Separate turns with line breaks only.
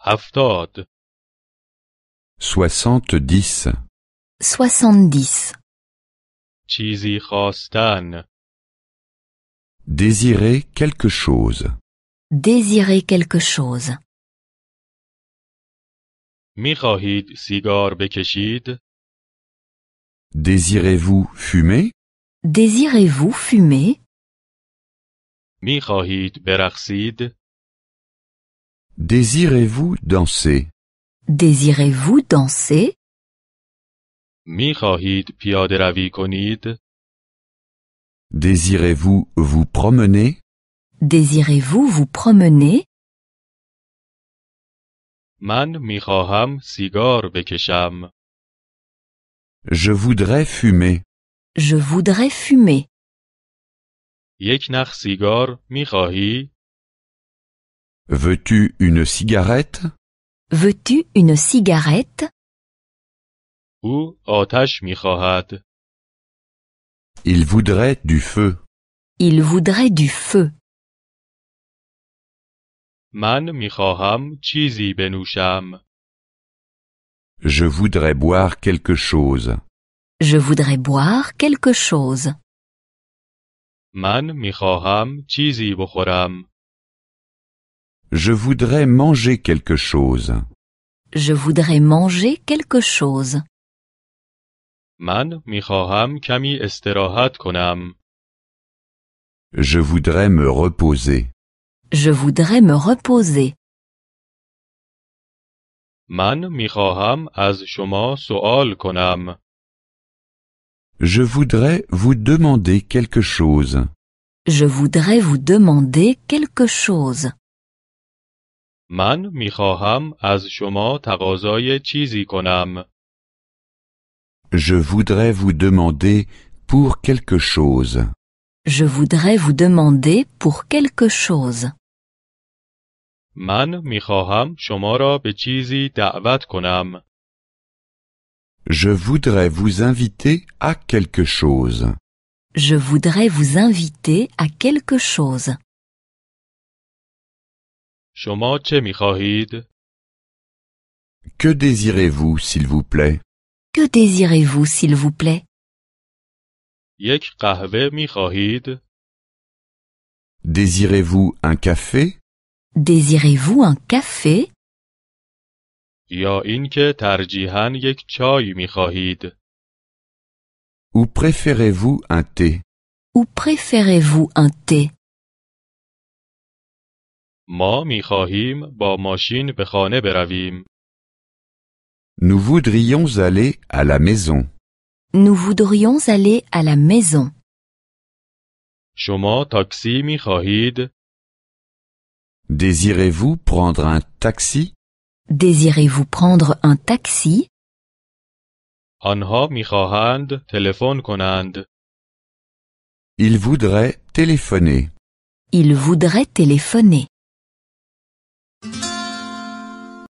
هفتاد
soixante-dix,
soixante-dix,
چیزی خواستن
désirer quelque chose,
désirer quelque chose.
میخواهید سیگار بکشید؟
désirez-vous fumer,
Désirez-vous fumer
میخواهید برقصید؟
désirez-vous danser,
Désirez-vous danser
میخواهید پیاده روی کنید؟
désirez-vous vous promener,
Désirez-vous vous promener
من میخواهم سیگار بکشم.
je voudrais fumer,
Je voudrais fumer.
یک نخ سیگار میخواهی؟
veux-tu une cigarette,
Veux-tu une cigarette
او آتش میخواهد.
il voudrait du feu,
Il voudrait du feu.
من میخواهم چیزی بنوشم.
je voudrais boire quelque chose,
Je voudrais boire quelque chose.
من میخواهم چیزی بخورم.
je voudrais manger quelque chose,
Je voudrais manger quelque chose.
من میخواهم کمی استراحت کنم.
je voudrais me reposer,
Je voudrais me reposer.
من میخواهم از شما سوال کنم.
je voudrais vous demander quelque chose,
Je voudrais vous demander quelque chose.
من میخواهم از شما تقاضای چیزی کنم.
je voudrais vous demander pour quelque chose.
Je voudrais vous demander pour quelque chose.
من میخواهم شما را به چیزی دعوت کنم.
Je voudrais vous inviter à quelque chose.
Je voudrais vous inviter à quelque chose.
شما چه میخواهید؟
Que désirez-vous, s'il vous plaît
Que désirez-vous, s'il vous plaît
یک قهوه میخواهید؟
Désirez-vous un café
Désirez-vous un café
یا اینکه ترجیحاً یک چای میخواهید؟
ou préférez-vous un thé
ou préférez-vous un thé
ما میخواهیم با ماشین به خانه برویم.
Nous voudrions aller à la maison.
Nous voudrions aller à la maison.
شما تاکسی میخواهید؟
Désirez-vous prendre un taxi
Désirez-vous prendre un taxi
آنها میخواهند تلفن کنند.
Il voudrait téléphoner.
Il voudrait téléphoner.